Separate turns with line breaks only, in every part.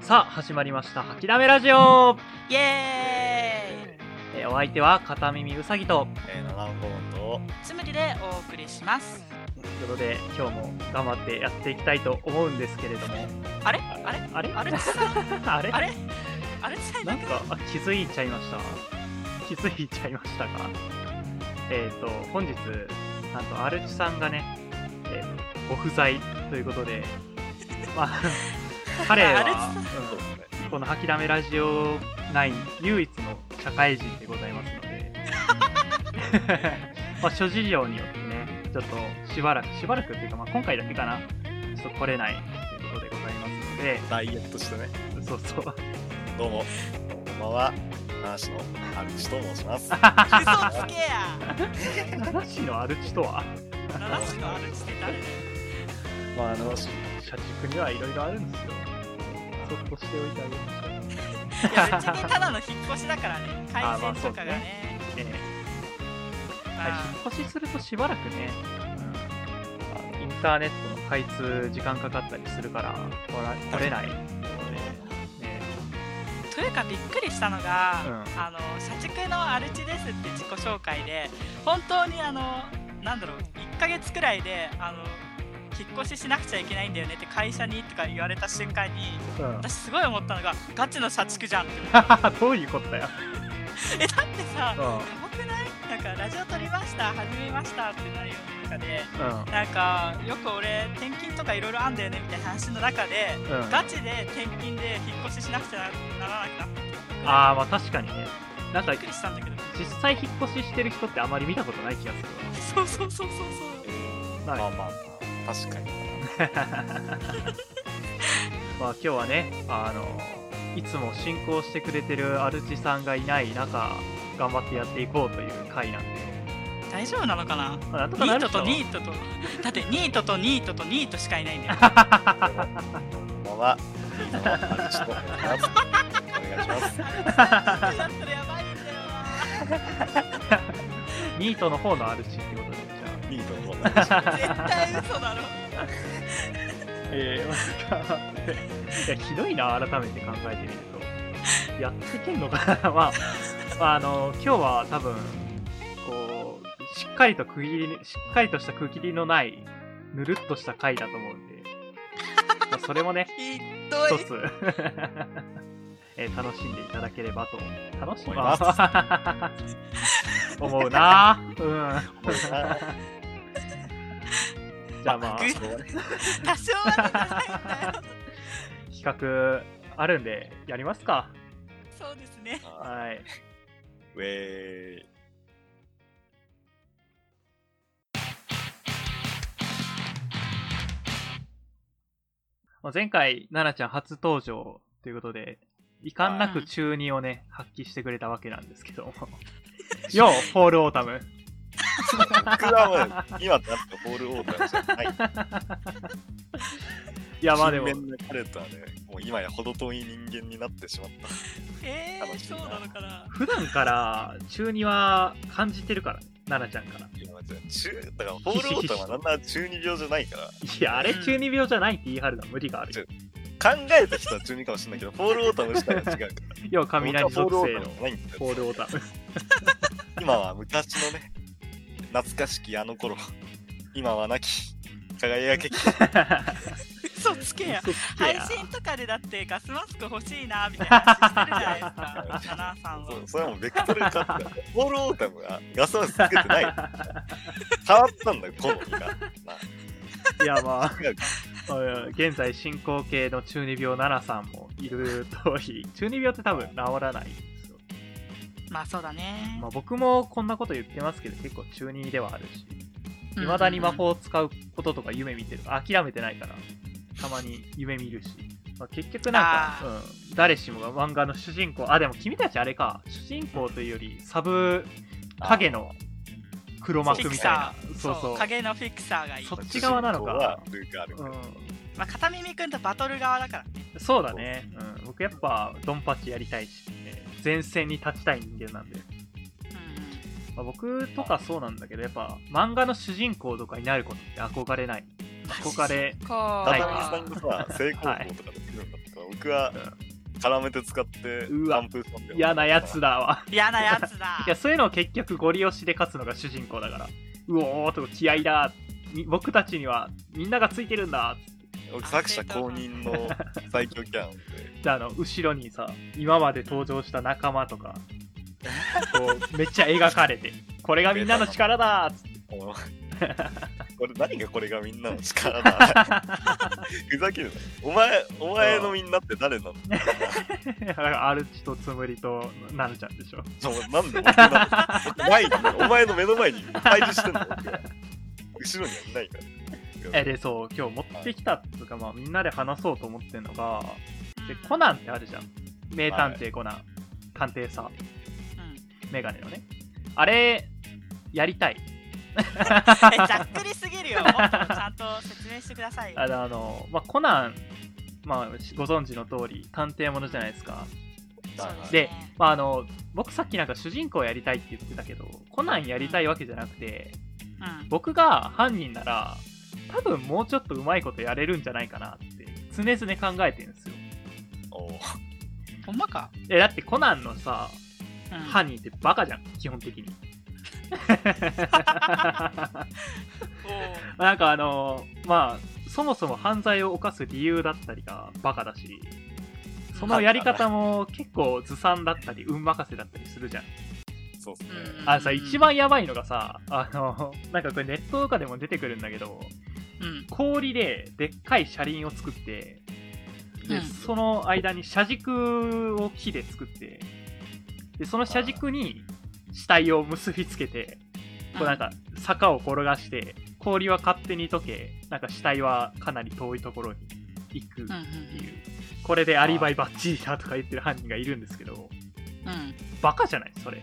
さあ始まりました「諦めラジオ
イエ」
えーお相手は片耳うさぎと
えー、七本と
ーイつむりでお送りします
ということで今日も頑張ってやっていきたいと思うんですけれども
あれあれ
あれ
あれ
あれ
あれあれ伝え
な
なんく
かあ気づいちゃいました気づいちゃいましたかえっ、と本日なんとアルチさんがね、えーご不在ということでまあ 彼
アルチ
は、
そ
う
う
ん
ですね
この「諦めラジオ」内唯一の社会人でございますの でまあ諸事情によってねちょっとしばらくしばらくっていうか、まあ、今回だけかなちょっと来れないということでございますので
ダイエットしてね
そうそう
どうもこんばんは話のアルチと申 します
嘘つけや
七市のアルチとは
七種のあるって誰だよ
まああの
社畜にはいろいろあるんですよそっとしておいてあげましょう
いや別にただの引っ越しだからね
あ
回
ーまあ
線
そ
と
うです
かが
ね
ね
ええはい
まあ
引っ越しするとしばらくね、うんあのインターネットの開通時間かかったりするから来ら来れないね
というかびっくりしたのが、
うん
あの社畜のアルチですって自己紹介で本当にあのなんだろう1ヶ月くらいであの引っ越ししなくちゃいけないんだよねって会社にとか言われた瞬間に
うん
私すごい思ったのがガチの社畜じゃんって思った
どういうことだよ、
えだってさ
うん
やばくないなんかラジオ撮りました始めましたってなるような中で
うん
なんかよく俺転勤とかいろいろあんだよねみたいな話の中で
うん、
ガチで転勤で引っ越ししなくちゃならなくなった
ああまあ確かにねなんか
びっくりしたんだけど
実際引っ越ししてる人ってあまり見たことない気がす
そうそうそうそう
えー
はい
まあまあまあ確かに
るわまあ今日はねあのいつも進行してくれてるアルチさんがいない中頑張ってやっていこうという回なんで
そう大丈夫なのかな
まあなんとか
ニ
な
ー
る
ト
でしょ
とニートとだってニートとニートとニートしかいないん だよ
こんばんはリーダーのアルチと申しますお願いします
だったらやばいんだよ
ニートの方のアルチってことでじゃあ
リーダーの方です
な絶対嘘だろ
ええマジか。 いや、ひどいな、改めて考えてみると。やってけんのかな まあ、まあ、あの、今日は多分、こう、しっかりと区切り、しっかりとした区切りのない、ぬるっとした回だと思うんで、まあ、それも ね、
ひっ
一
どい
つ、 えー楽しんでいただければと、楽しみ
思います
思うなうん。
こんばん は
じゃあま あ、
それはね
多少はね じゃないんだよ
企画あるんで、やりますか。
そうですね
あ
はい。
ーウェーイ
まあ前回、奈々ちゃん初登場ということで、遺憾なく中二をね、発揮してくれたわけなんですけども。 よう、フォールオータ ム。
僕はもう今だってホールオーダーじゃない
いや、まあでも、
勤勉な彼とはねもう今や程遠い人間になってしまった
え
楽
ー、
しいな
そうなのかな
普段から中二は感じてるからね、奈々ちゃんから。
いやじゃあ中だからホールオーダーはなんなら中二病じゃないから
いや、あれ中二病じゃないって言い張るのは無理があるよ。
考えた人は中二かもしれないけど、ホールオータムしたら違う から。
よう、雷属性の
僕はホールオータムじゃないんだ
フォー
よ。
ルオータム。
今は昔のね、懐かしきあの頃、今はなき、輝けき、
嘘 つけや
嘘つけ
配
や
信とかでだってガスマスク欲しいなみたいな話してるじゃないですか花さん は
そうそれはもうベクトル変わったよ。ホールオータムがガスマスつけてない。変わったんだよ、好みが。まあ
いや、ま あ。
違う
現在進行形の中二病奈々さんもいる通り中二病って多分治らないんですよ
まあそうだね
まあ、僕もこんなこと言ってますけど結構中二ではあるし未だに魔法を使うこととか夢見てる諦めてないからたまに夢見るし、まあ、結局なんか
あ、
うん、誰しもが漫画の主人公あでも君たちあれか主人公というよりサブ影の黒
フ
幕
ィク
みた
サ
い
ー
なそうそう
影のフィクサーがいい
そっち側なのか
主人公はルークあるから。
う
まあ片耳くんとバトル側だから
ん、そうだね、うん、僕やっぱドンパチやりたいし、えー前線に立ちたい人間なんでまあ僕とかそうなんだけどやっぱ漫画の主人公とかになることって憧れないこかれ
こう
た
はい
まみさんがさ、成功法とかできるんだったら、僕は絡めて使って、
うわ
完封したんだよ
嫌なやつ。だわ
嫌なやつだ
いやそういうのを結局ゴリ押しで勝つのが主人公だからうおーと気合いだみ僕たちにはみんながついてるんだ
僕作者公認の最強キャラなんで、
であの後ろにさ今まで登場した仲間と かこうめっちゃ描かれてこれがみんなの力だーっつって
あのこれ何がこれがみんなの力だふざけるなお前お前のみんなって誰なの
だからアルチとつむりとなるちゃんでしょ
そうなんで僕なの前にお前の目の前に配置してんの僕は後ろにはいないから
えでそう今日持ってきたっつうか、まあ、みんなで話そうと思ってんのがでコナンってあるじゃん名探偵コナン、探偵さ
うん
メガネのねあれやりたい
えざっくりすぎるよもっとちゃんと説明してください
あのあの、まあ、コナン、まあ、しご存知の通り探偵ものじゃないですか、
そうす
で
ね、
まあ、あの僕さっきなんか主人公やりたいって言ってたけどコナンやりたいわけじゃなくて
うん
僕が犯人なら多分もうちょっとうまいことやれるんじゃないかなって常々考えてるんですよ
おう
ほんまか、
えだってコナンのさ
うん
犯人ってバカじゃん基本的に
おー
なんかあのまあそもそも犯罪を犯す理由だったりがバカだしそのやり方も結構ずさんだったり運任せだったりするじゃん
そうっすね
うん
あのさ一番やばいのがさあのなんかこれネットとかでも出てくるんだけど
うん
氷ででっかい車輪を作ってで、
うん
その間に車軸を木で作ってでその車軸に死体を結びつけてこうなんか坂を転がして氷は勝手に溶けなんか死体はかなり遠いところに行くって
うん
い
う、
うんこれでアリバイバッチリだとか言ってる犯人がいるんですけど
うんうん
バカじゃないそれ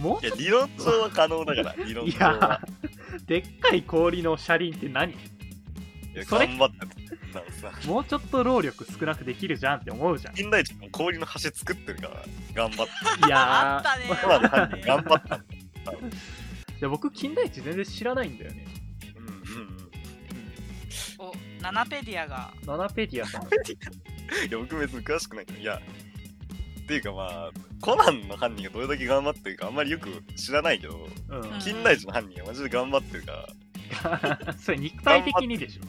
も
いや理論上は可能だから理論
い
上
や
は
でっかい氷の車輪って何
いや
それ
頑張ってなのさ
もうちょっと労力少なくできるじゃんって思うじゃん
金田一も氷の橋作ってるから頑張って
いや
あったね
コナンの犯人頑張ったんだ
ーで僕金田一全然知らないんだよね、
うんうんうん
おナナペディアが
ナナペディアさん
いや、僕別に詳しくないけど、いや、っていうかまあ、コナンの犯人がどれだけ頑張ってるかあんまりよく知らないけど、
うん
ん
金田一の犯人がマジで頑張ってるから、
それ肉体的にでしょ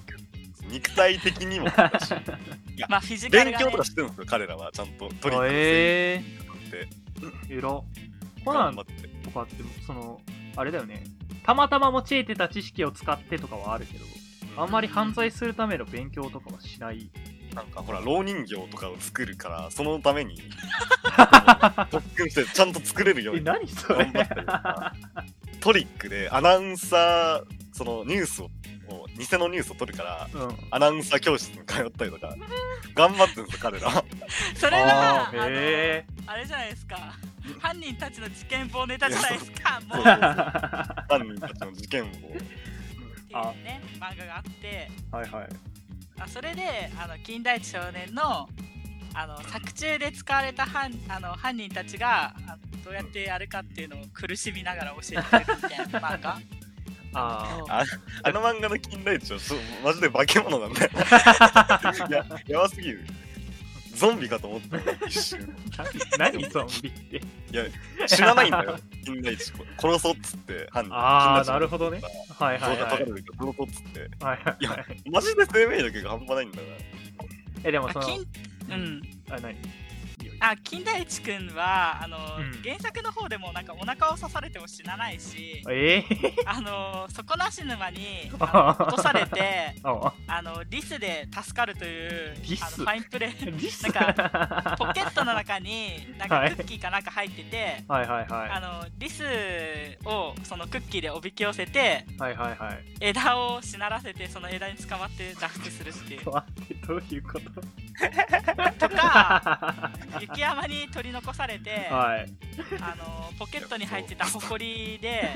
肉体的 にもだし、
まあフィジカル
勉
が、ね、
強とかしてるんですよ、彼らは。ちゃんとトリックえ
え
て
えー、えらコナ
頑
ン
張って。
とかってそのあれだよねたまたま用いてた知識を使ってとかはあるけどあんまり犯罪するための勉強とかはしない
なんかほら、老人形とかを作るから、その ために、特訓してちゃんと作れるよう
え
に、
何それ
頑張ってるなトリックでアナウンサー、そのニュースを、を偽のニュースを取るから、
うん
アナウンサー教室に通ったりとか、頑張ってるんですよ、彼ら。
それはあ
ーへ
のあれじゃないですか犯人たちの事件忘ネタじゃないですかもう
そう
え
そ
っ
うそう
は
犯人たちの事件を。
ていうね漫画があって
いはい
あそれであの金田一少年のあの作中で使われた犯あの犯人たちがあのどうやってやるかっていうのを苦しみながら教えてくれるみたいな漫画
あ
あ
あの漫画の金田一はそうマジで化け物なんだよ。いや、やばすぎる。ゾンビかと思ったの一瞬。
ー何何ゾンビ って
死なないんだよ、金田一。殺そうっつって、犯人。
ああ
金田一
なるほどねはい
そ
は
う
い
だ、
は
た
い
かるけど、殺そうっつって。
はいはい
い
は
や
い、
マジで生命力が半端ないんだよな。
えでもその
金うん
あ何
あ金田一くんはあの、
うん
原作の方でもなんかお腹を刺されても死なないし
ええ
あの底なし沼に
あ
あ の落とされて
あ
あのリスで助かるという
リス
あのファインプ レー
リス
なん
か
ポケットの中になん
は
か
い
クッキーかなんか入ってて、
はいはいは
あのリスをそのクッキーでおびき寄せて
いはいはいはい
枝をしならせてその枝に捕まって脱出するっていう
待ってどういうこと
とか
は
雪山に取り残されて、
い
あのポケットに入ってたホコリ で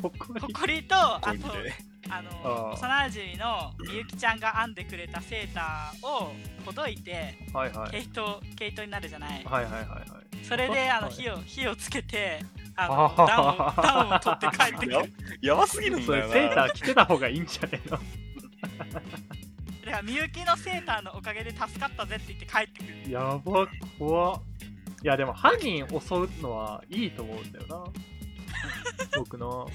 ほっこ
ホ
り
コリとあ
こうい
と
うんで。
あ
あ
の
ー
幼馴染のみゆきちゃんが編んでくれたセーターをほどいて
はいはい
毛糸毛糸になるじゃない
はいはいはいはい
それであの
はい
火を火をつけてあ
あは
の
はは
ダウンをダウンを取って帰ってく
や
る
やばすぎるん
そ
だよ
れセ
な
ーター着てた方がいいんじゃねえの
だからみゆきのセーターのおかげで助かったぜって言って帰ってくる
やば怖っいやでも犯人襲うのはいいと思うんだよ な僕の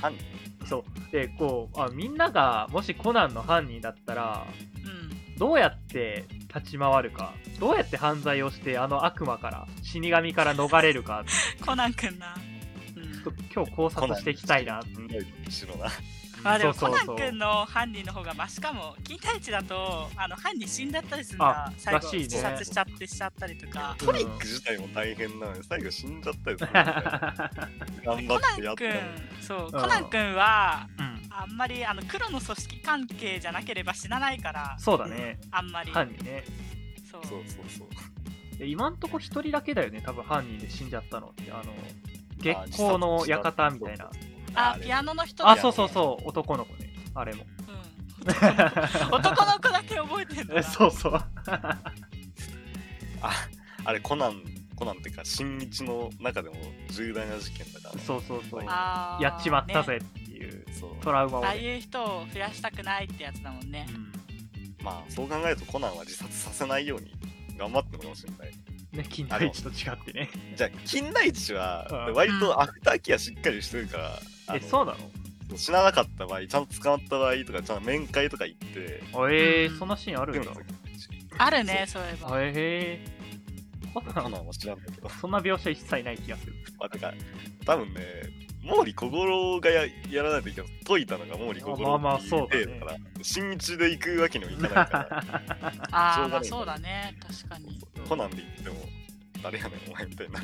犯人
そうでこうあみんながもしコナンの犯人だったら
うん
どうやって立ち回るかどうやって犯罪をしてあの悪魔から死神から逃れるか
コナンくんな、うん
ちょっと今日考察していきたいな
うん後ろな
まあでも
そ
コ
うそう
ナ
そう
ン君の犯人の方がマシかも金田一だとあの犯人死んだったりするんだ
あ
最後
らしいね
自殺しちゃってしちゃったりとか
トリック自体も大変なのに最後死んじゃったりするんだよ頑張
コ
っ
ナ
て
ン
やったの
君
に
そう
うん
コナン君は
うん
あんまりあの黒の組織関係じゃなければ死なないから
そうだね
あんまり
犯人ね
そう
そうそうそう
で今んとこ一人だけだよね多分犯人で死んじゃったのってあの
あ
月光の館みたいな
あピアノの人
あ
だ
そう
よ
そうそう男の子ねあれも
うん男の子だけ覚えてんだ
え
な
そうそう
ああれコナンコナンっていうか新日の中でも重大な事件だからね、
そうそうそう
あー
やっちまった
ね
ぜっていう
そう
トラウマを
ああ
ね、
いう人を増やしたくないってやつだもんね
まあそう考えるとコナンは自殺させないように頑張ってるのかもしれない
うん、ね金田一と違ってね
じゃあ金田一
う
は
ん
割とアフターケアしっかりしてるから、あ
え
の
そうなの
死ななかった場合ちゃんと捕まった場合とかちゃんと面会とか行って
あえー
うん
そんなシーンあるんだ
あるねそういえば
あえーコナ
コ
ン
ナンは知らんだけど
そんな描写一切ない気がする
まあてか多分ね毛利小五郎がややらないといけない解いたのが毛利小五郎
あまあまあそうだね
だから新日で行くわけにもいかないか らし
あ
ょ
あま
うがな
あ
い
そうだね確かに
コナンで行っても誰やねんお前みたいな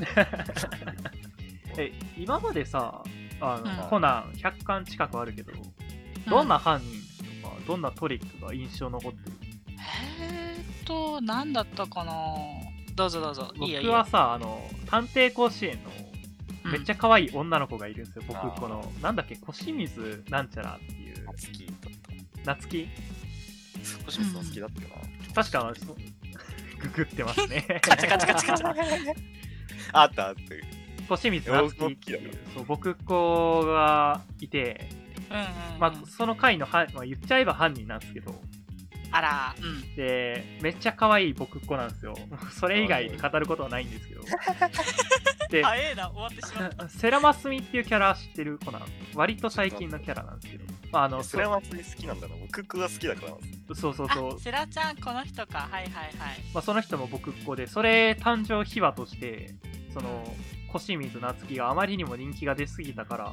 え今までさあの、
うん
コナン100巻近くあるけどどんな犯人とか、どんなトリックが印象残ってる
うんえーっと何だったかなどうぞどうぞいいよいい
僕
よ
はさあの探偵甲子園のめっち
ゃ
ゃ可愛い女の子がいるんですよ、
あ
僕
ー
このなんだっけ腰水なんちゃらっていう
好きだっ
夏希
た星野さん好きだったよな、
確かそググってますね
カチャカチャカチャカ チャ
あったあって
星水夏希っていうそう僕子がいて、
うんうんうん
まあ、その回のは、まあ、言っちゃえば犯人なんですけど
あらうん
でめっちゃ可愛い僕っ子なんですよ それ以外に語ることはないんですけどで
あええな終わってし まった
セラマスミっていうキャラ知ってる子なん割と最近のキャラなんですけど、まあ、あの
それは松井好きなんだな僕が好きだから
そうそうそう
あセラちゃんこの人かはいはいはい
まあ、その人も僕っ子でそれ誕生秘話としてその越水夏樹があまりにも人気が出すぎたから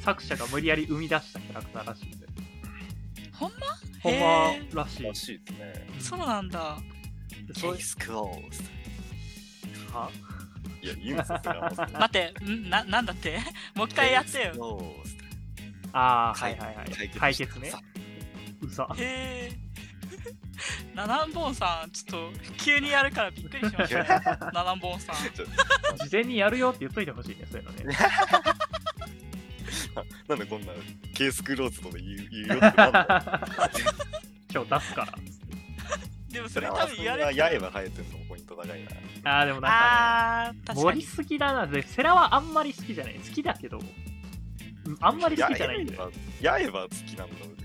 作者が無理やり生み出したキャラクターらしいんで
ほんま
ほん
へー
まらしい
らしいですね
そうなんだ
うん
ケ
そう
ースクローズ
はい
や言うんですよそれは松井
待ってんななんだって もう一回やって
ケースク
よ
ローズ
ああはいはいはい解決ね
さ
うざ
へえナナンボンさんちょっと急にやるからびっくりしましたよナナンボンさん
ちょ
事前にやるよって言っといてほしいねそういうのね
なんでこんなケースクローズとか言う言うよってなんだ
今日出すから
でも そ
そ
れ
れ
多
は
分
そ
言
れ
わ
は
れ
刃生えてるのポイント高いな
ああでもなんか
あー
ね
確か
盛り
に
すぎだなでセラはあんまり好きじゃない好きだけどうんあんまり好きじゃないんだよ
刃刃好きなんだ僕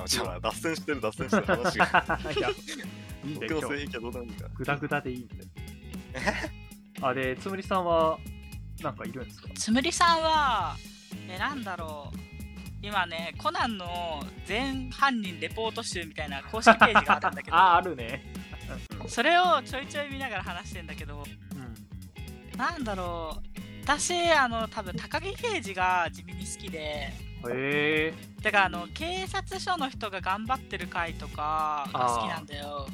あじゃあ脱線してる脱線してる話 が
いやいいんだ
僕
よ
の
今日
性癖はどうでもいいから
グダグダでいいんで。あれ、つむりさんは、なんかいるんですか
つむりさんはえなんだろう今ねコナンの全犯人レポート集みたいな公式ページがあるんだけど
あ、あるね。
それをちょいちょい見ながら話してんだけど
うん。
なんだろう私あの多分高木刑事が地味に好きで
へえ。
だからあの警察署の人が頑張ってる回とかが好きなんだよ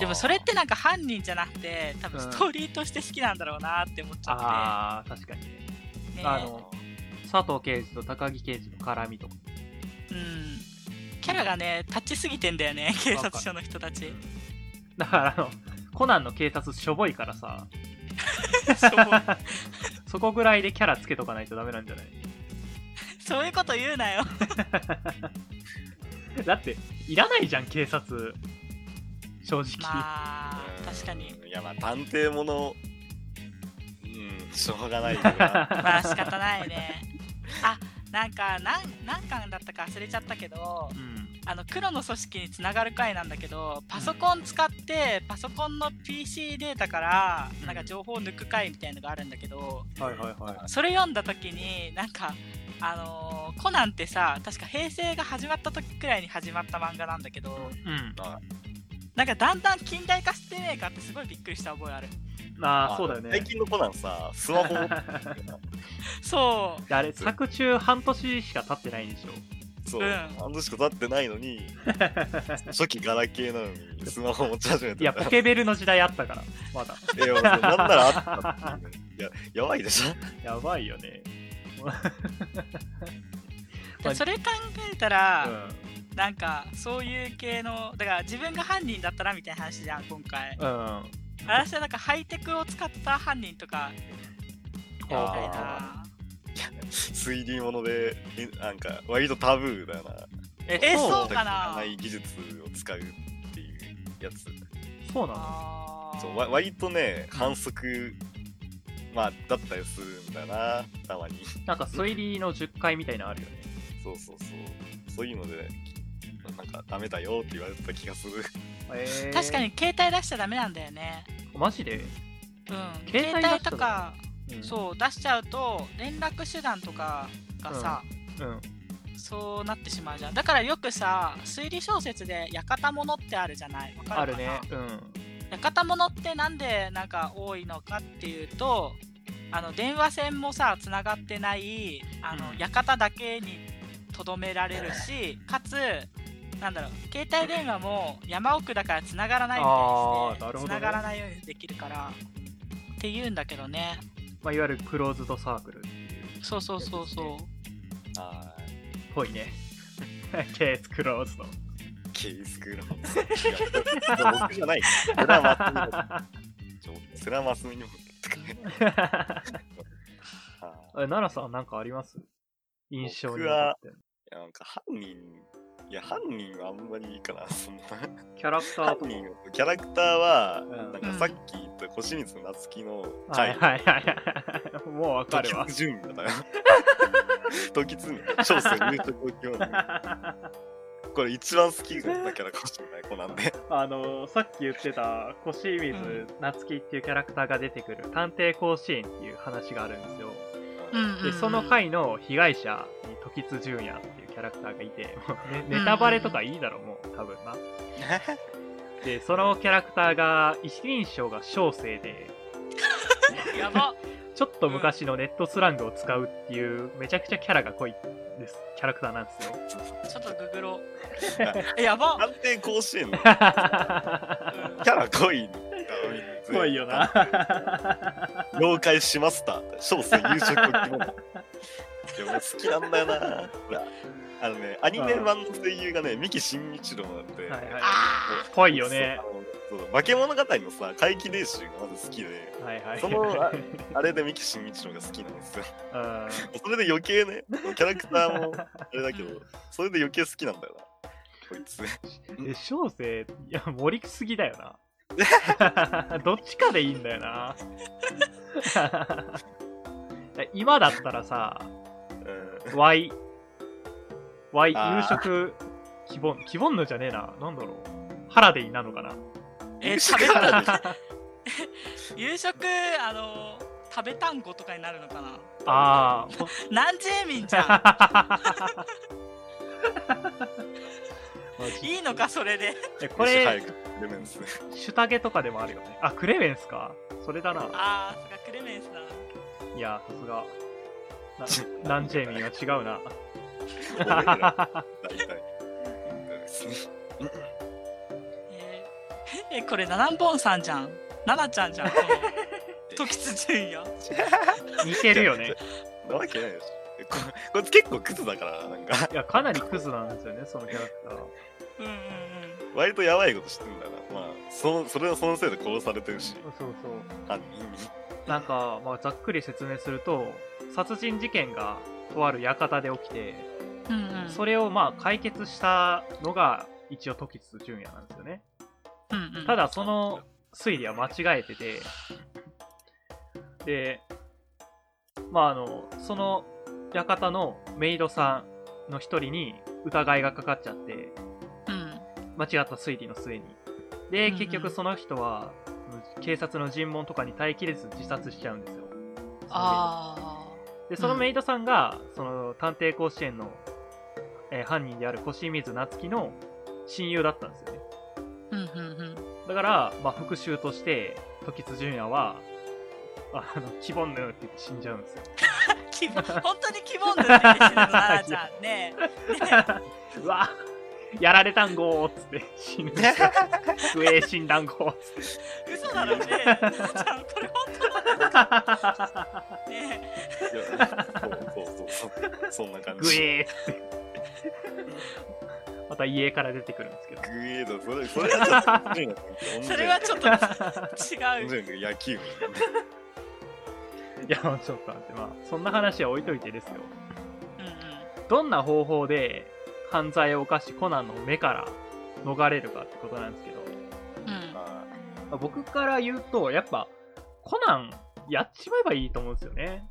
でもそれってなんか犯人じゃなくて多分
うん
ストーリーとして好きなんだろうなって思っちゃ
ああ、確かにね。
って、ね
あの、佐藤刑事と高木刑事の絡みとか。
うんキャラがね立ちすぎてんだよね警察署の人たち
だから、あの、コナンの警察しょぼいからさ、
そう
そこぐらいでキャラつけとかないとダメなんじゃない
そういうこと言うなよ
だって、いらないじゃん、警察。正直。
まあ確かに
いやまあ探偵ものうんしょうがな いよな
まあ仕方ないねあなんか何何巻だったか忘れちゃったけど
うん
あの黒の組織につながる回なんだけどパソコン使ってパソコンの PC データからなんか情報を抜く回みたいのがあるんだけど
はいはいはい
それ読んだ時になんかあのーコナンってさ確か平成が始まった時くらいに始まった漫画なんだけど
うん
なんかだんだん近代化してねえかってすごいびっくりした覚えある
まあそうだよね
最近のコナンさ、スマホ 持ってるんだよな
そう
あれ作中半年しか経ってないんでし ょ
そう、
うん
半年しか経ってないのに、初期ガラケーなのにスマホ持ち始め
い
て
や
た。
ポケベルの時代あったからまだ
いや、なんならあったっていう。いや、やばいでし ょ
やばいよね
でそれ考えたら、
うん
なんかそういう系のだから自分が犯人だったらみたいな話じゃん今回
うん
私はなんかハイテクを使った犯人とかみ
あ
たい
ー
な
3D もので、えなんか、割とタブーだよな。
え
え
そう
そうかな
ない技術を使うっていうやつ。
そうなの
あー
そうわ割とね、反則、まあ、だったりするんだな、たまに。
なんか推理の10回みたいなのあるよね
そうそうそう。そういうので、なんかダメだよって言われた気がする。
えー
確かに携帯出しちゃダメなんだよね
マジで、
うん
携帯出し
携帯
ちゃダメ
とか
うん、
そう出しちゃうと連絡手段とかがさ、
うん
そうなってしまうじゃんだからよくさ推理小説で「館物」ってあるじゃないわかるかな
あるねうん
館物ってなんでなんか多いのかっていうとあの電話線もさつながってないあの、
うん
館だけにとどめられるしかつなんだろう携帯電話も山奥だからつながらないみ
あー
た
ないるほど
にして
ね
つながらないようにできるからっていうんだけどね
まあ、いわゆるクローズドサークルっていう
そうそうそうそう
あ
っぽいね ケースクローズド
ーケースクローラー。僕じゃない。それはマスミの ちょそれはマスミにも言ってくれ。 あー
え奈良さんなんかあります印象に
僕
残
は
ってる
いやなんか犯人、いや、犯人はあんまりいいかな、そんな。
キャラクター
犯
とか
人のキャラクターは、
うん
なんかさっき言った星光夏樹の
はい
回、
はいはいはいもうわか
時
るわ
津純也だよ。 時津純也、小生入職教員。これ一番好きなキャラかもしれない子なん で。
あのさっき言ってた越水夏樹っていうキャラクターが出てくる「探偵甲子園」っていう話があるんですよ
うんうんうん、
でその回の被害者に時津純也っていうキャラクターがいてもうねネタバレとかいいだろうもう多分なでそのキャラクターが一人称が小生で
やば
ちょっと昔のネットスラングを使うっていうめちゃくちゃキャラが濃いですキャラクターなんです よ
ちょっとググ ろうやば
探偵甲子園のキャラ濃いんだよ。
濃いよな。
了解しました。小生夕食の着物。いや、俺好きなんだよな。ほらあのね、アニメ版の声優がね、三木真一郎なんで。
はいはい
あ
濃いよね。
そう。あのそう化け物語のさ、怪奇霊集がまず好きで、
はいはい
そのああれで三木真一郎が好きなんですよ。
うん
それで余計ね、キャラクターもあれだけど、それで余計好きなんだよな。こいつ。
え小生いや盛りすぎだよ などっちかでいいんだよな 今だったらさ
うん。
Y Y
あー
夕食希望希望のじゃねえななんだろう原でいいなのかな
えー食べた夕食あの食べ単語とかになるのかな
ああ
南ジェミン じゃ
ゃ
んいいのかそれで
これ、
レメンス。
シュタゲとかでもあるよね。あ、クレメンスか。それだな。
ああそっかクレメンスだない
や、さすが。なランジェイミンは違うな。
大体。
えーえこれナナンボンさんじゃんナナちゃん じゃんこの時津純也
似てるよね。
なわけないでしょ。ここいつ結構クズだから、なんか、
いや、かなりクズなんですよね、そのキャラクター。
うんうん
割とやばいことしてんだよな。まあ、そのそれはそのせいで殺されてるし、
そうそう。
犯人に。
なんか、まあ、ざっくり説明すると、殺人事件がとある館で起きて、
うんうんうん
それをまあ解決したのが、一応時津純也なんですよね。
うんうん
ただその推理は間違えててでまああの、その館のメイドさんの一人に疑いがかかっちゃって、
うん。
間違った推理の末に。で、
うんうん
結局その人は、警察の尋問とかに耐えきれず自殺しちゃうんですよ。
あ
で、そのメイドさんが、その探偵甲子園の、えー犯人である越水夏樹の親友だったんですよね。
あ。うんうんうん。
だから、まあ、復讐として、時津淳也は、あの、キボンヌって言って死んじゃうんですよ。
希望本当に希望の出てきてるのな、ちゃんねえ。
うわやられたんごーっつって死ぬんです よ。不衛診断ごーっつって。
嘘だろ ねえ。なあちゃん、これ本当ね
そうそうそうそうそんな感
グ
じ
エーっつって。また家から出てくるんですけど。
グエーだそれ それはちょっと面白いな
え。それはちょっと違
面
う。
白いけど野球部
いや、ちょっと待って、まあ、そんな話は置いといてですよ。
うんうん。
どんな方法で犯罪を犯しコナンの目から逃れるかってことなんですけど、
うん、
ま
まあ僕から言うと、やっぱ、コナン、やっちまえばいいと思うんですよね。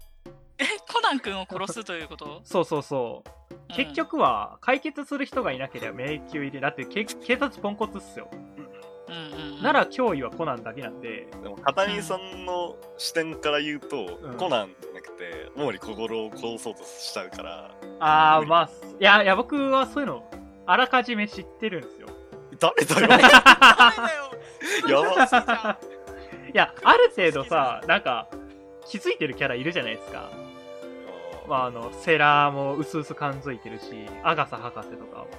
えコナン君を殺すということ、
そうそうそう。
うん
結局は、解決する人がいなければ迷宮入り。だって、け警察ポンコツっすよ。
うんうんうん、
なら、脅威はコナンだけなんで、
あでも片見さんの視点から言うと、
うん
コナンじゃなくて毛利小五郎を殺そうとしちゃうから
あー、まあ、いや、いや、僕はそういうの、あらかじめ知ってるんですよ。
誰 だよ
ダメだよ
やば
そうじゃん
いや、ある程度さ、なんか、気づいてるキャラいるじゃないですか。まあ、あの、セラーもうすうす感づいてるし、アガサ博士とかを。だか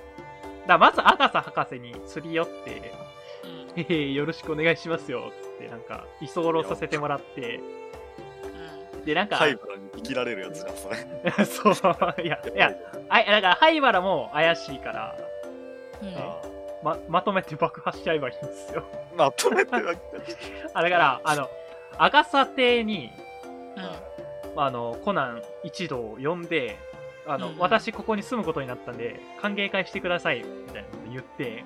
らまずアガサ博士にすり寄って、
うん
へへ、よろしくお願いしますよ、つって、なんか、居候させてもらって、で、なんか、
灰原に生きられるやつじゃんそれ
そう、いや、いや、あいだから、灰原も怪しいから、
うんうん
あ
ま、まとめて爆破しちゃえばいいんですよ。
ーまとめてわけ
あ、だから、あの、アガサ邸に、
うん
まあ、あの、コナン一同を呼んで、あの、
うんうん
私ここに住むことになったんで、歓迎会してください、みたいなこと言って、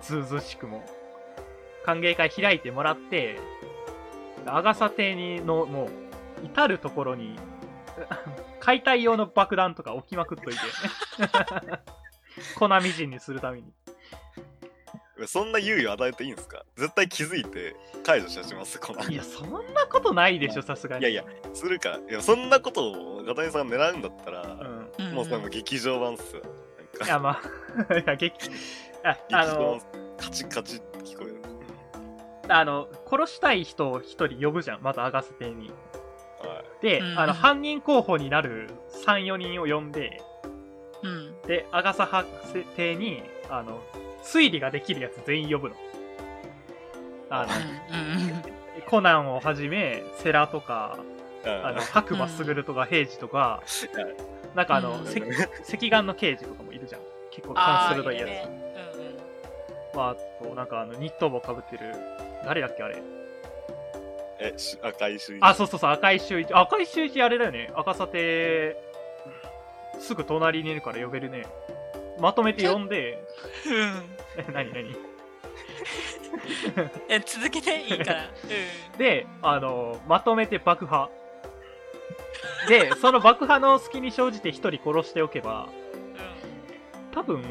ずうずうしくも。歓迎会開いてもらって、アガサ邸にの、もう、至るところに、解体用の爆弾とか置きまくっといて、 コナミ人にするために。
そんな猶予与えていいんですか絶対気づいて解除しちゃいますコナン
いや、そんなことないでしょ、さすがに。
いやいや、するか。いや、そんなことを片見さんが狙うんだった
う
ら、
ん。
うん
もうそれも劇場版っすよ。
い
なん
や、
か、
まあ、 いや、激、ああ
劇場
の
版、カチカチって聞こえる。
あの、殺したい人を一人呼ぶじゃん、まずアガス邸に。
はい。
で、
うん
あの、犯人候補になる3、4人を呼んで、
うん
で、アガサ博士邸に、あの、推理ができるやつ全員呼ぶの。あの、
うんうん
コナンをはじめ、セラとか、
うん
あの、白馬卓とか平次とか、なんかあの、
うん
せ赤眼の刑事とかもいるじゃん。結構
あ
勘
ー
鋭い
い
や
る
つ。
ねうんうん
まあ、あと、なんかあの、ニット帽かぶってる、誰だっけあれ。
え、し赤い朱
あ、そうそうそう、赤い周一。赤い周一あれだよね。赤さて、すぐ隣にいるから呼べるね。まとめて呼んで、
う ん
なになに
え続けていいから、
で、あの、まとめて爆破。で、その爆破の隙に生じて一人殺しておけば、
うんうん、
多分、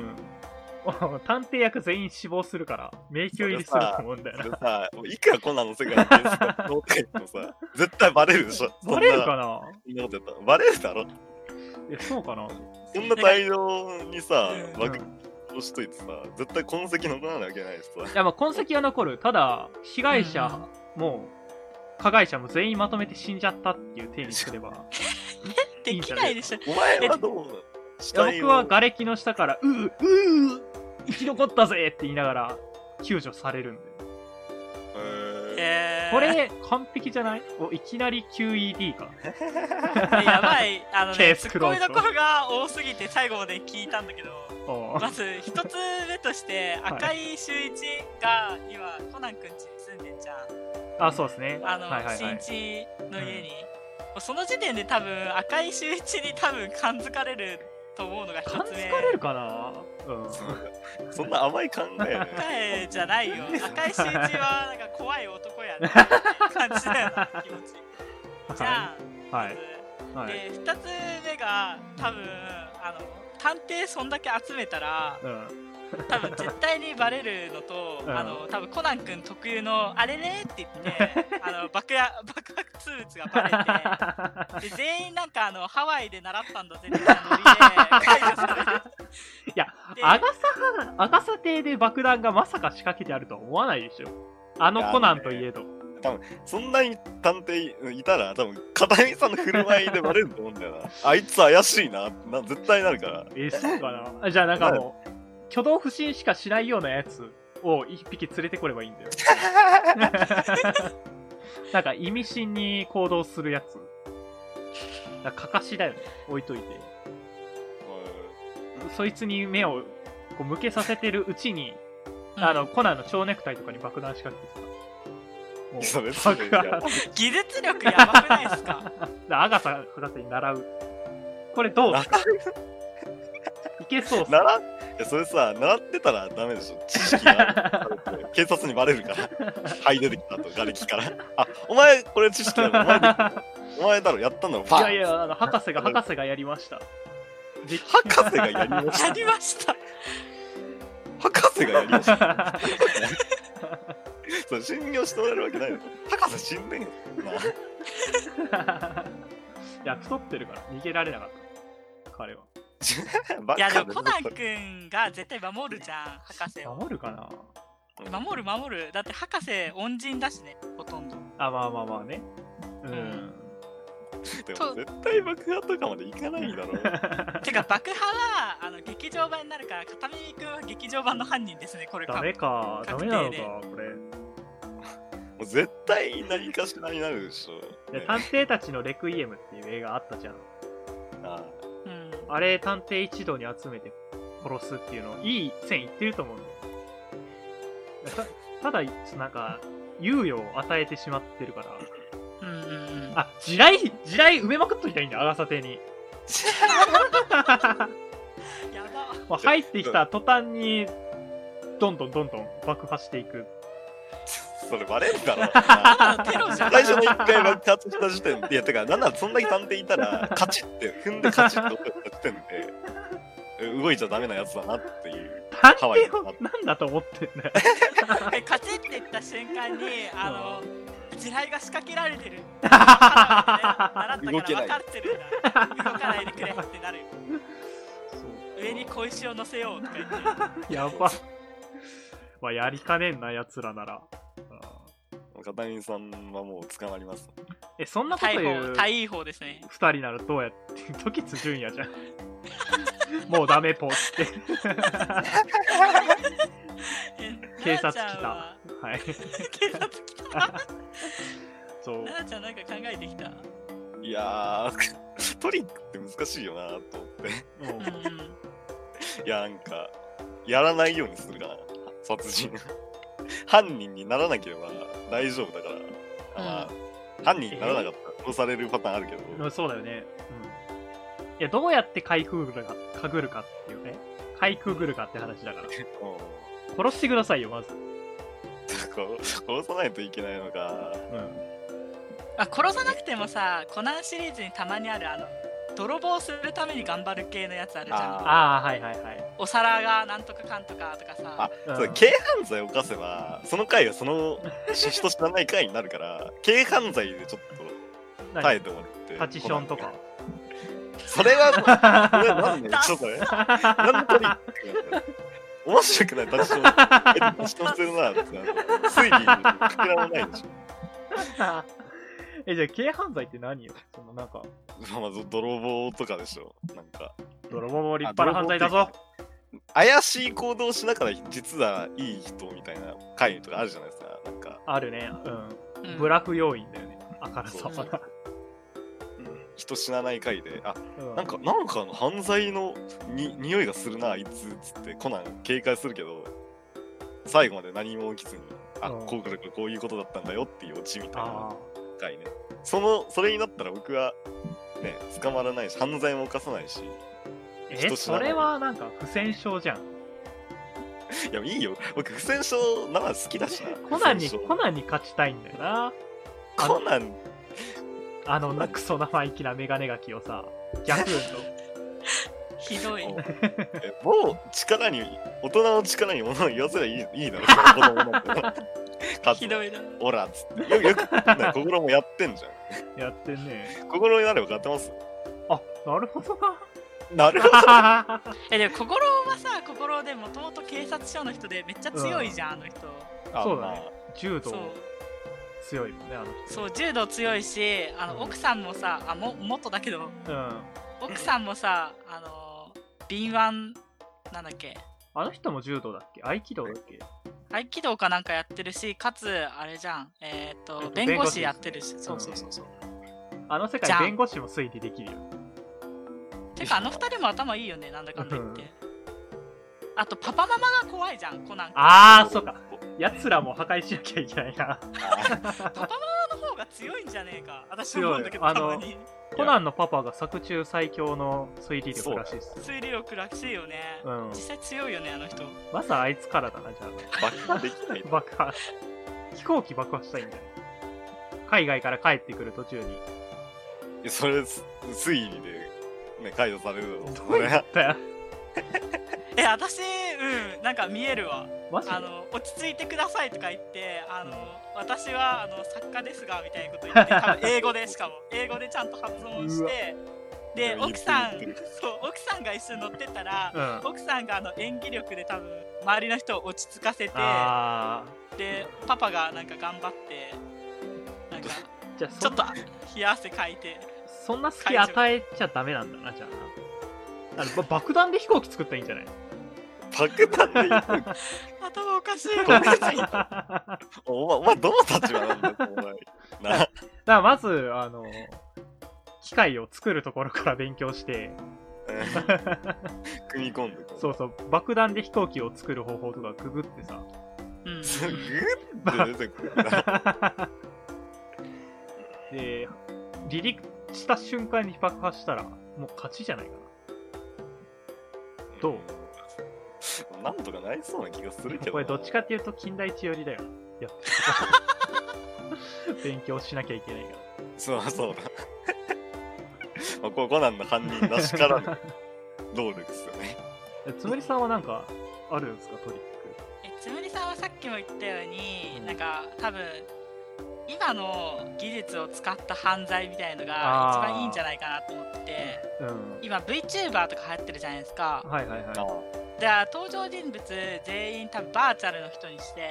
探偵役全員死亡するから、迷宮入りすると思うんだよ
それ
な。
さ、もういくらコナンの世界のベースがどうか言って もさ、絶対バレるでしょ。
バレる
そんな
かな
そんなことやったらバレるだろ。
え、そうかな
そんな大量にさ
うん、
爆をしといてさ、絶対痕跡残らなきゃいけな いしさ。
いや、まあ、痕跡は残る。ただ、被害者も、加害者も全員まとめて死んじゃったっていう体にすれ ば。
できないでしょ
お前はどう死
いや
体
僕
を
は瓦礫の下から「うううう生き残ったぜ!」って言いながら救助されるんで
えー
えー、
これ完璧じゃないおいきなり QED か
やばいあの
ケ
ね
ー
ツ
ス
ッ
クロ
コ
ー
ミ
ズ
どころが多すぎて最後まで聞いたんだけど
おう
まず一つ目として
い
赤井秀一が今コナン君家に住んでんじゃん
あそうですね
あの、
はいはいはい
新一の家に、もうその時点で多分赤井秀一に多分感づかれると思うのが一
感
つ
づ
目
かれるかなうん
そんな甘い考えね。
答えじゃないよ赤井秀一はなんか怖い男やなって感じだよな気持ちじゃ あ、
はい
ま
は
ず
い。
で2つ目が多分あの探偵そんだけ集めたら
うん。
多分絶対にバレるのと、
うん
あの多分コナン君特有の「あれね」って言 ってあの爆や爆発物がバ レてで全員なんかあのハワイで習ったんだぜみたいなノリで解除される
いや、
で
アガサは、アガサ邸で爆弾がまさか仕掛けてあるとは思わないでしょ。あのコナンといえど。
そんなに探偵いたら、多分片見さんの振る舞いでバレると思うんだよな。あいつ怪しいな、な絶対なるから。
え、そうかな。じゃあなんかもう、挙動不審しかしないようなやつを一匹連れてこればいいんだよ。なんか意味深に行動するやつ。なんかかかしだよね。置いといて。そいつに目をこう向けさせてるうちに、あの、コナンの蝶ネクタイとかに爆弾仕掛けて
うん
さ。
そ
も
れ
う
それ
爆発
技術力やばくないで すか
アガサ博士に習う。これどうっすか いけそうっす
ならいやそれさ、習ってたらダメでしょ。知識があるって警察にバレるから。はい、出てきたと、瓦礫から。あ、お前、これ知識だろ。お前でお前だろ、やったんだろ、
い
バ
や
ン
いや、あの、博士が、博士がやりました。
博士がやりまし
や
た。
りました
博士がやりました。それ信用してもらえるわけないよ。博士死んでんよ。まあ
いや、太ってるから、逃げられなかった。彼は。
バ
い
カ
や
だ
で
よ
もコナン君が絶対守るじゃん博士を
守るかな
守る守るだって博士恩人だしねほとんど
あ、まあまあまあね。うん。
でも絶対爆破とかまでいかないだろう。
てか爆破はあの劇場版になるから片耳くんは劇場版の犯人ですねこれか
ダメか、ダ
確定
メ
で
なのか、これ。
もう絶対何かしらになるでしょ。
で探偵たちのレクイエムっていう映画あったじゃん。
あ
うん
あれ、探偵一同に集めて殺すっていうの、いい線いってると思うんだよ。たただ、なんか、猶予を与えてしまってるから。
うんうんうん
あ、地雷、地雷埋めまくっときたいんだよ、アガサ邸に。
やば
もう入ってきた途端に、どんどんどんどん爆破していく。
それバレるだろうな。
ただのテロじゃん
最初の一回爆発した時点で、いや、てか、なんならそんだけ探偵いたら、カチッって、踏んでカチッと落とした時点で、動いちゃダメなやつだなっていう。
探
ハワイ
偵を
の
なんだと思ってんだよ。
えカチって言った瞬間にあの地雷が仕掛けら れてる習ったから分かってるんだ動かないでくれってなるよ上に小石を乗せようとか言って
やば。まあ、やりかねんな、奴らなら。うん
片見さんはもう捕まります。
え、そんなこと言
逮
う
捕逮捕ですね
二人ならどうやって、時津純也じゃん。もうダメぽって。警察来た
ななちゃんは
はい。
警察来 たな
そう。
なちゃんなんか考えてきた
いやー、トリックって難しいよなと思っ
も
う
うん
うん
て。いや、なんか、やらないようにするかな。殺人。犯人にならなければ大丈夫だから。あまあ、犯人にならなかったら殺されるパターンあるけ
う
ど。
んそうだよね。うん。いや、どうやってかいくぐるか、かぐるかっていうね。かいくぐるかって話だから。
うん
殺してくださいよ、まず。
こう 殺さないといけないのか。
うん。
まあ、殺さなくてもさコナンシリーズにたまにあるあの泥棒するために頑張る系のやつあるじゃん
あ
ああ、はいはいはい。
お皿がなんとかかんとかとかさ
あ
うん
そう軽犯罪を犯せば、その回はそのし人知らない回になる から、軽犯罪でちょっと
何
耐えてもらって。
パチションとか。
それは、それは何でちょっとね、何と面白くない、パチション。えパチションするなってなる推理にかけらもないでしょ。
え、じゃあ、軽犯罪って何よそのなんか、
まあまず泥棒とかでしょ。なんか、
泥棒も立派な犯罪だぞ。
怪しい行動をしながら実はいい人みたいな回とかあるじゃないですか。なんか、
あるね。
う
うんん。ブラフ要因だよね。あからさまな。
人知らない回で、あ、
うん
なんか、なんかあの犯罪のに匂いがするな、あいつっつって、コナン警戒するけど、最後まで何も起きずに、あ、
うん
こうからこういうことだったんだよっていうオチみたい
あ
な回ね。その、それになったら僕は、ね、捕まらないし、犯罪も犯さないし、
ーえ、それはなんか不戦勝じゃん。
いや、いいよ。僕、不戦勝 なら好きだしな。
コナンに、
不戦
コナンに勝ちたいんだよな。
勝コナン、
ああのなクソ生意気なメガネガキをさ逆運動
ひどい。
えもう力に大人の力に物を言わせりゃいいいいだろ子供なんて かつ
ひどいな。
オラっつってよよくなんか心もやってんじゃ
やってんね
ん心になれば買ってます
あなるほどな
なるほど
え、でも、心はさ、心でもともと警察署の人でめっちゃ強いじゃん、あの人。
あ
そうだ
ま
ね
あ
柔
そう
道。強いもんねあの人
そう、柔道強いし、あ
うん
の、奥さんもさ、あ、も、元だけど、
うん
奥さんもさ、あの、敏腕、なんだっけ、
あの人も柔道だっけ合気道だっけ
合気道かなんかやってるし、かつ、あれじゃん、
え
えっ、
っ
と
と、
弁護士やってるし、そう
護士
そうそうそう。
あの世
じ
界
ゃん
弁護士も推理できるよ
てか、あの二人も頭いいよね、なんだかんだ言って。あと、パパママが怖いじゃん、コナン君。
ああそうかやつらも破壊しなきゃいけないな
パパママの方が強いんじゃねえか私思うんだけど
強い
た
あの
まに
コナンのパパが作中最強の推理力らしいっす
推理力らしいよね、
うん
実際強いよねあの人
まずあいつからだなじゃ
爆破できない
あ 爆破飛行機爆破したいんだよ海外から帰ってくる途中に
いやそれす推理で、ね、解除されるだろ
ど
こ
う
れ
やったよ
え私うんなんか見えるわ
マジ
あの落ち着いてくださいとか言ってあの私はあの作家ですがみたいなこと 言って多分英語でしかも英語でちゃんと発音してで
でも言っ
奥
てる
さん
言って
そう奥さんが一緒に乗ってたら
うんあ
奥さんがあの演技力で多分周りの人を落ち着かせて
あ
でパパがなんか頑張ってなんか
ーじゃあ
ち
そ
ょっと冷や汗かいて
そんな隙与えちゃダメなんだなじゃあなあのば爆弾で飛行機作ったらいいんじゃ ない
爆弾で行く
頭おかしい
おかしいだお前お前どの立場なんだよお前な
からまずあの機械を作るところから勉強して
うん組み込んでこう
そうそう爆弾で飛行機を作る方法とかググってさ
うん
す ぐって出てくるな
で離陸した瞬間に爆破したらもう勝ちじゃないか どう
なんとかなりそうな気がするけど
なこ
な
れどっちかっていうと近代一寄りだよやっぱ勉強しなきゃいけないから
そうそう だまあこうコナンの犯人らしから ぬ能力ですよね
えつむりさんはなんかあるんですかトリッ
えつむりさんはさっきも言ったようになんか多分今の技術を使った犯罪みたいのが
あー
一番いいんじゃないかなと思ってて
クうん
今 VTuber とか流行ってるじゃないですか
はいはいはい
じゃあ登場人物全員多分バーチャルの人にして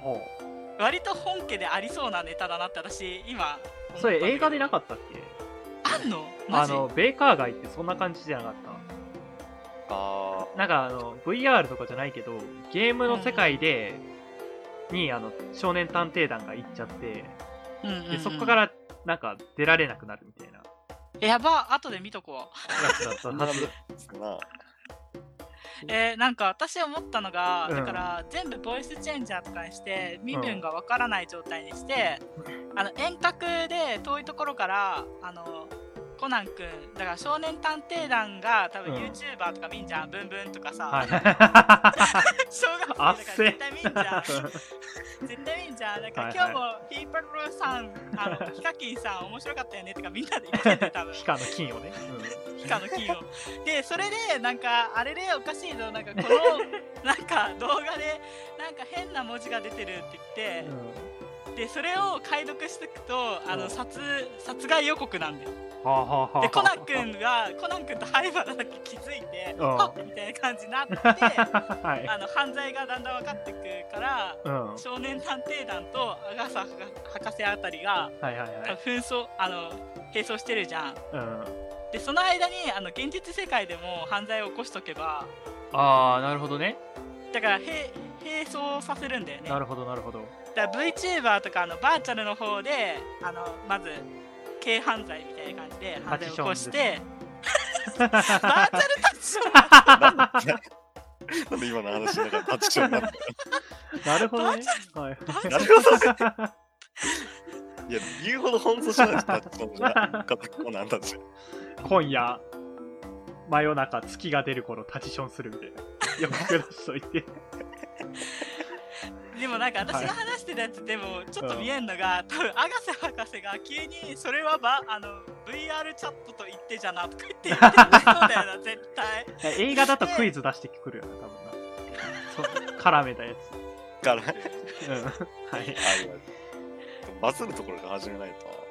ほ
割と本家でありそうなネタだなって私今
うそれ映画でなか
っ
ったっけ
たあんのマ
あ
ジ
のベーカー街ってそんな感じじゃなかった
あ
なんかあの VR とかじゃないけどゲームの世界で、にあの少年探偵団が行っちゃって
うんうんうん
でそこからなんか出られなくなるみたいな
えやば後で見とこう
やつだった
あ
はず
な
えーなんか私思ったのが、
うん
だから全部ボイスチェンジャーとかにして身分がわからない状態にして、あの遠隔で遠いところからあのコナン君だから少年探偵団が多分
うん
YouTuber とか見んじゃん、ブンブンとかさ、
はい あ
小学生だか
っ
ら
せ
絶対見んじ ゃん絶対見んじゃんなんか、
はいはい
今日もヒープロさんあのヒカキンさん面白かったよねとかみんなで言ってて多分
皮下の金をね、
以下の金 を。で、それで、なんか、あれれ、おかしいぞ、な んか、この、なんか、動画で、なんか変な文字が出てるっ
う
て言
ん
って、で、それを解読していくと、あ
うん
の、殺、殺害予告なんだよ。
はあはあはあ
で、コナン君が、コナン君と灰原だけ気づいて、
うん
あっみたいな感じ になって、
はい
あの、犯罪がだんだん分かってくから、
うんは
少年探偵団とアガサ博士あたりが、
いはいはい
紛争、あの、並走してるじゃん。
うん
でその間にあの現実世界でも犯罪を起こしとけば
ああなるほどね
だからへ並走させるんだよね
なるほどなるほど
だから VTuber とかあのバーチャルの方であのまず軽犯罪みたいな感じで犯罪を起こしてバーチャルタッチション
なんで今の話の中でタッチションになった
なるほどねはい
なるほどいや言うほど本当しないですタッチションじゃなかったコナンたち
今夜真夜中月が出る頃タチションするみたいなよく出しといて
でもなんか私が話してるやつでもちょっと見えんのが、多分アガセ博士が急にそれはばあの VR チャットと言ってじゃなくて言ってそうだよな絶対
映画だとクイズ出してくるよな、多分な。そう絡めたや
から、あ
つ。うん。はい。
いやバズるところから始めないと。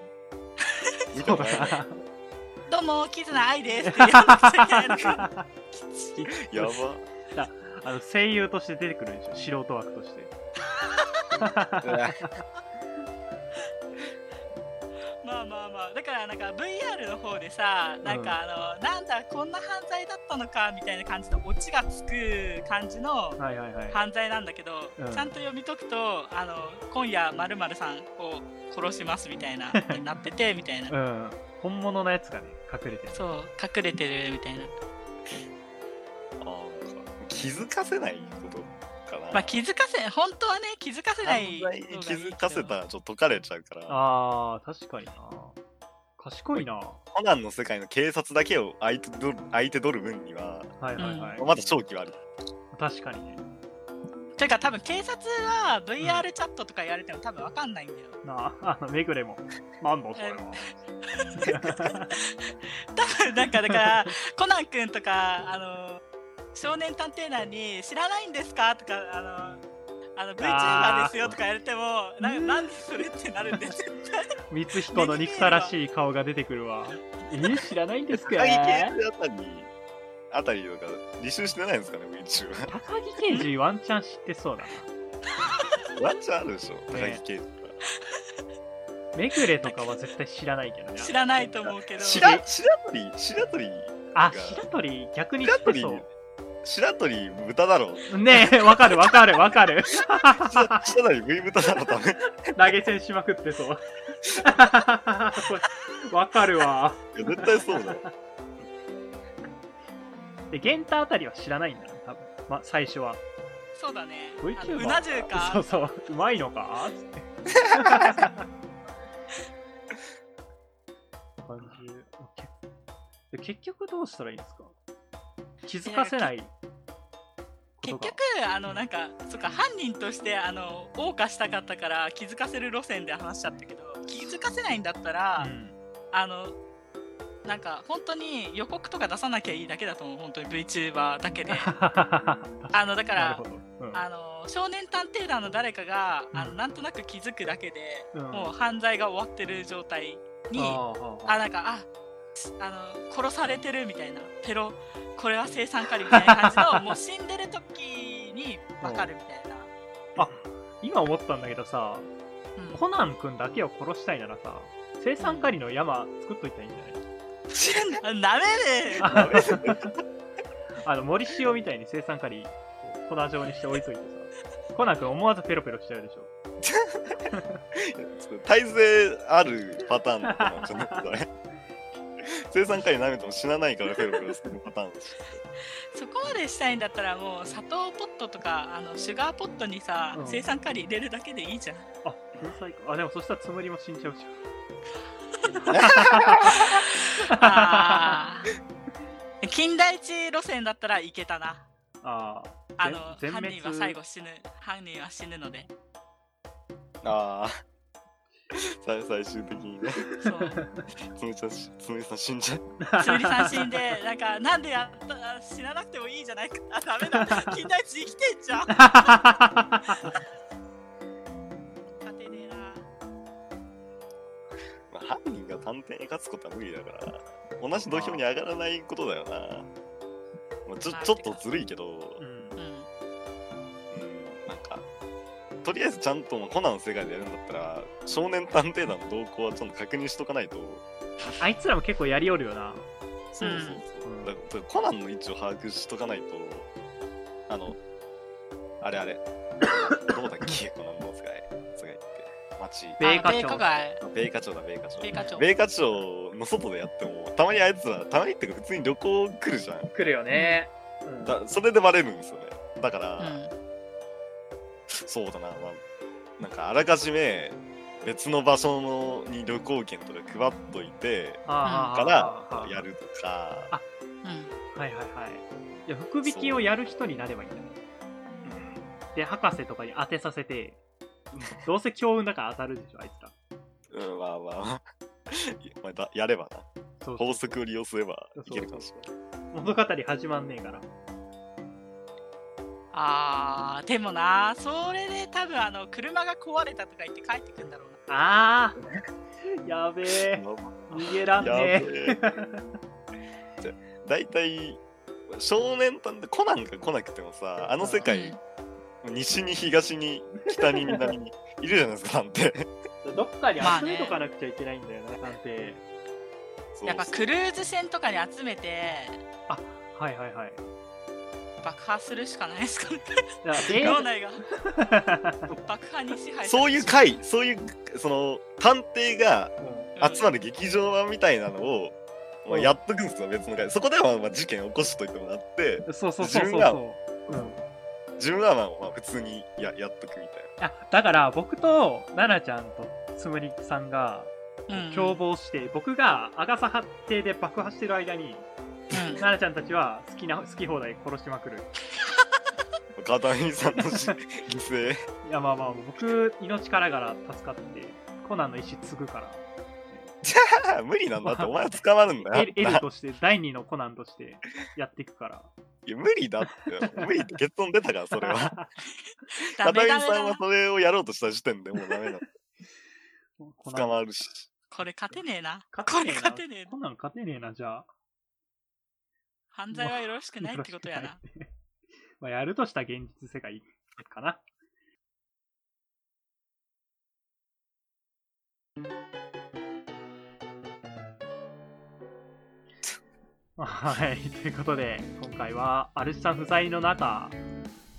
見た
そう
ことない
だ
どうもキズナアイですって言わなくちゃいけないの か
な。
やば。
あの声優として出てくるんでしょ素人枠として
まあまあまあだからなんか VR の方でさなんかあの、なんだこんな犯罪だったのかみたいな感じのオチがつく感じの
はいはいはい
犯罪なんだけど、
うん
ちゃんと読み解くとあの今夜まるさんを殺しますみた いなになっててみたいな
うん本物のやつがね隠れてる
そう隠れてるみたいな
なんか気づかせないことかな。
まあ気づかせ本当はね気づかせない
犯罪に気づかせたらちょっと解かれちゃうから、
あー確かにな賢いなは
コナンの世界の警察だけを相手取る相手取る分には、
いはいはい、
まだ勝機はある。
確かにね
ていうか多分警察は VR チャットとかやれても多分わかんないんだよ
なああのめぐれもなんだそれは
多分なんかだからコナン君とかあの少年探偵団に「知らないんですか?」とかあの。あの VTuber ですよとかやれてもななんでそれってなるんで絶対
光彦の憎たらしい顔が出てくるわえー知らないんですか
高木刑事あたり、あたりとか、履修してないんですかね、一応。
高木刑事ワンチャン知ってそうだ
ワンチャンあるでしょ、高
ね
木刑事
なめぐれとかは絶対知らないけどね
知らないと思うけど
白白鳥、白鳥、
あ白鳥逆に知
白
って
鳥
そ、
白鳥豚だろ。
うねえわかるわかるわかる
白白鳥 V 豚だろ、多分。
投げ銭しまくってそう。 わかるわ。
いや絶対そうだよ。
で、ゲンタあたりは知らないんだな、多分。ま、最初は。
そうだね
VTuber
あのうな
そ
重か
うそう。うまいのかつって。感じで結局どうしたらいいんですか気づかせないこと
結
が。
局あのなんかそっか犯人としてあの謳歌したかったから気づかせる路線で話しちゃったけど気づかせないんだったら、
うん
あのなんか本当に予告とか出さなきゃいいだけだと思う本当に VTuber だけであのだか
なる
ら
ほど。うん
あの少年探偵団の誰かが、あの
うん
なんとなく気づくだけで、
うん
もう犯罪が終わってる状態にあ
あー
なんかあすあの殺されてるみたいなテロこれは生産カリみたいな感じ のもう死んでる時に分かるみたいな、
今思ったんだけどさ、
うん
コナン君だけを殺したいならさ、生産カリの山作っといたらいいんじゃない
あダメで
ああの森塩みたいに生酸カリ粉状にして置いといてさコナン君思わずペロペロしちゃうでしょ
体勢あるパターンだと思うんじゃないこれ。生産会に舐めても死なないからペロペロするパターンだし。
そこまでしたいんだったらもう砂糖ポットとかあのシュガーポットにさ、
うん
生産カリ入れるだけでい いじゃん
あ天才かあでもそしたらつむりも死んじゃうじ
あー 近代一路線だったらいけたな
ゃんあ
あの
全
犯
全滅
人は最後死ぬ犯人は死ぬので
ああ。最最終的にね、
そう
つむちゃん、つむりさん死んじゃう。
つぶりさん死んでなんかなんでやったあ死ななくてもいいじゃないかあダメだ近代一生きてんじゃん
あ
勝てねえな
まあ、犯人が探偵に勝つことは無理だから、同じ土俵に上がらないことだよな。まあ、ちょちょっとずるいけど、
う
う
ん
う
ん
ん
ん、なんか、とりあえずちゃんとコナンの世界でやるんだったら、少年探偵団の動向はちゃんと確認しとかないと、
あいつらも結構やりおるよな
そうそうそう。だからコナンの位置を把握しとかないと、あの、あれあ れ、どうだっけ、コナンの世界、世界って、街。
米花
あ
鳥
米花街
米花町だ、米花町。
米花町
米花町の外でやっても、たまにあいつら、たまにっていうか普通に旅行来るじゃん。
来るよね、うん
だそれでバレるんですよね。だから、
うん
そうだな、まあ、なんかあらかじめ別の場所のに旅行券とか配っといて、
あー
からやるとか、
うん
はいはいはいいや福引きをやる人になればいいんだね
うん
で博士とかに当てさせてどうせ強運だから当たるでしょあいつら
うん、まあまあまあ。またやればな。
そうそう
法則を利用すればいけるかもしれない。
物語始まんねえから
あーでもなそれで多分あの車が壊れたとか言って帰ってくんだろうな
あ ーやべえ逃げらん
や
ねえ
べえ。大体、少年探偵コナンが来なくてもさ、あの世界、西に東に北に南にいるじゃないですか、探偵。
どっかに
まあ
集
ね
めとかなくちゃいけないんだよな、探偵
そ
うん
う
やっぱ
そう
クルーズ船とかに集めて
はいはい はい
爆破するしかないですかね
だから映
脳
画
内が爆破に支配
そういう
会
回、そういう、その、探偵が集まる劇場版みたいなのを、まあ、やっとくんですよ、別の回。そこではまあ事件起こしといてもらって、
うんそうそうそうそ
自分
う
が
そう、うん、
自分はまあまあ普通にややっとくみたいな。
あだから僕と奈々ちゃんとつむりさんが共謀して、僕がアガサ発邸で爆破してる間に奈々ちゃんたちは好きな好き放題殺しまくる
片見さんのし犠 牲
いやまあまあ僕命からがら助かってコナンの意志継ぐから
無理なんだってお前は捕まるんだよ
L, L として第二のコナンとしてやっていくから
いや無理だって無理って結論出たからそれは
ダメ
片 見
ダメ
さん
だ
はそれをやろうとした時点でもうダメ だ
コナ
捕
ン
まるし
これ勝てねえな
勝てねえな
これ勝てねえな
コナン勝てねえなじゃあ
犯罪はよろしくないってことやな
まあやるとした現実世界かな はい、ということで、今回は、アルシさん不在の中、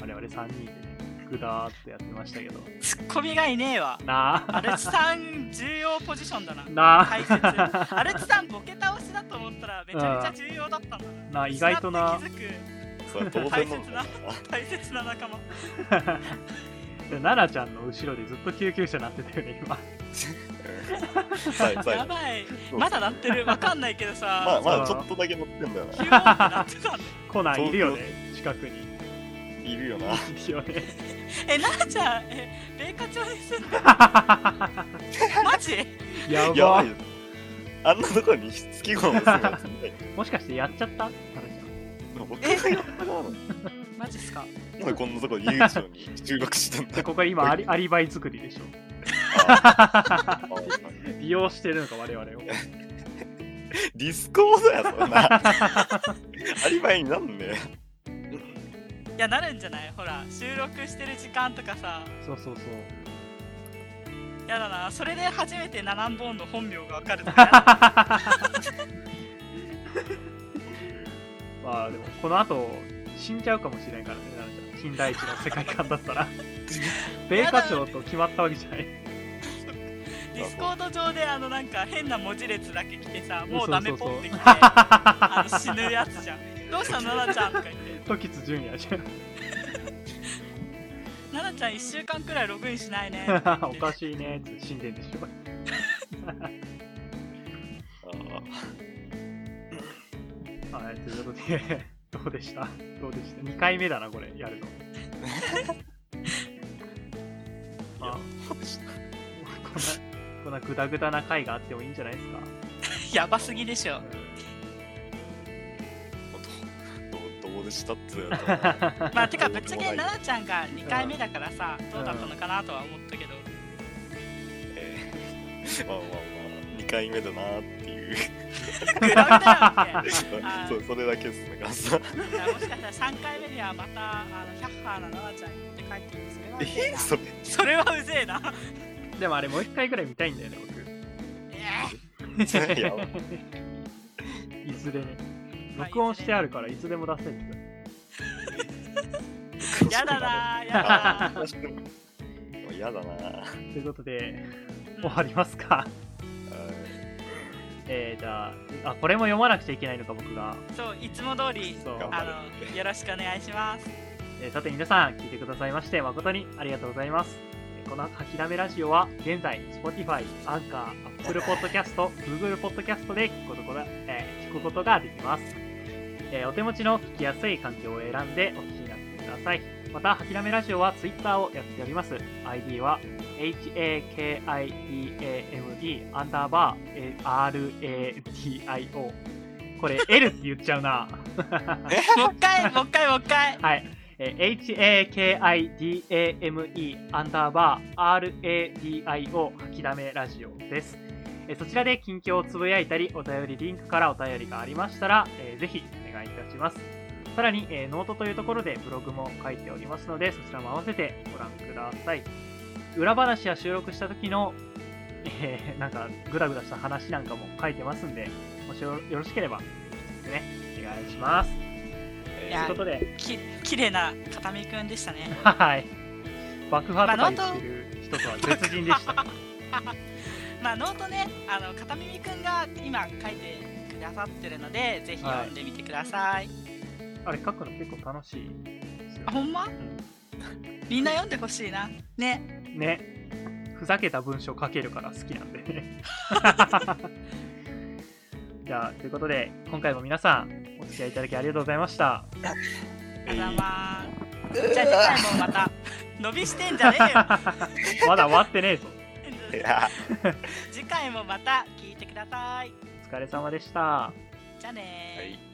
我々3人でね、ぐだーっとやってましたけど、
ツッコミがいねえわ
な
ア
あ、
ルチさん重要ポジションだな
な
解 説
あ、
アルチさんボケ倒しだと思ったらめちゃめちゃ重要だったんだな
なあ意外とな
失、って気づ
それは当然なんだよ
く大切な仲間
奈々ちゃんの後ろでずっと救急車鳴ってたよね、今。
な 最後最
や
後
ばいまだなってるわかんないけ どさ、
まあまあちょっとだけ乗ってんだよな
ヒューンってなってたんだ
コナンいるよね、近くに。
いるよない
るよね。
えなあちゃんえ米花町に住んでる マジ
や
や
ば
ばいよあんなところに月頃の姿みたい
もしかしてやっちゃった
な僕がやった側なの
マジっすか
なんでこんなところに悠長に収録してんだ
で
よ
ここ今 アリアリバイ作りでしょ利用してるのか我々を
ディスコードやそんなアリバイになんね
いやなるんじゃないほら収録してる時間とかさ
そうそうそう
やだなそれで初めてナナンボーンの本名がわかると か
まあでもこの後死んじゃうかもしれんからねなんか近代一の世界観だった ら米花町と決まったわけじゃない
ディスコード上であのなんか変な文字列だけ来てさもうダメポンってきてあの死ぬやつじゃんどうしたのナナちゃんとか言って
時津純也じゃん
ナナちゃん1週間くらいログインしないね
おかしいねって死んでんでしょ
あー
はいということで どうでしたどうでした2回目だなこれやるのまあ
そうでした
こんな、こんなグダグダな回があってもいいんじゃないですか。
やばすぎでしょ
どうどうどうでしたって言われたら
まあてかぶっちゃけ
どうでもな
奈
い
々ちゃんが2回目だからさどうだったのかなとは思ったけど
えーまあまあまあ2回目だなっていう
グラグだよっー
そうそれだけですね感想
ていやもしかしたら3回目にはまたあのヒャッハーな奈々ちゃんにって帰ってきてそれはうぜえ
え
な
そ
それはうぜ
れ
えな
でもあれもう一回ぐらい見たいんだよね、僕。
え
いや
いずれね。
まあ
録音してあるから、いつでも出せる。
えやだなやだ
あ
な
ーやだなあ
ということで、終わりますか。
ー
えー、じゃあ、あ、これも読まなくちゃいけないのか、僕が。
そういつも通り
そう
頑張る
あのよろしくお願いします
えーさて皆さん、聞いてくださいまして、誠にありがとうございます。えーこの吐きだめラジオは、現在、Spotify、Anchor、Apple Podcast、Google Podcast で聞くことが、えー聞くことができます。えーお手持ちの聞きやすい環境を選んでお聞きになってください。また、はきらめラジオは Twitter をやっております。ID は、HAKIDAMD アンダーバー RADIO。これ、L って言っちゃうな。
もう一回、もう一回、もう一回。
はい。えー HAKIDAME アンダーバー RADIO 吐きだめラジオです。えーそちらで近況をつぶやいたり、お便りリンクからお便りがありましたら、えーぜひお願いいたします。さらに、えーノートというところでブログも書いておりますので、そちらも合わせてご覧ください。裏話や収録した時の、えーなんかグダグダした話なんかも書いてますんで、もしよよろしければ、ね、お願いします。
えー
い
とい
や
うことで、
き綺麗な片目くんでしたね。
はい。爆破とか言ってる人とは別人でした。
まあノートね、あの片耳くんが今書いてくださってるので、ぜひ読んでみてください。
あれ書くの結構楽しいですよ
あ、。ほんま
う
みんな読んでほしいな。ね。
んね。ふざけた文章書けるから好きなんでね。じゃあ、ということで、今回も皆さん、お付き合いいただきありがとうございました。
あざまー。じゃあ次回もまた、伸びしてんじゃねえ よ。
まだ終わってねえぞ。
いや
次回もまた聞いてください。
お疲れ様でした。
じゃあねー。
はい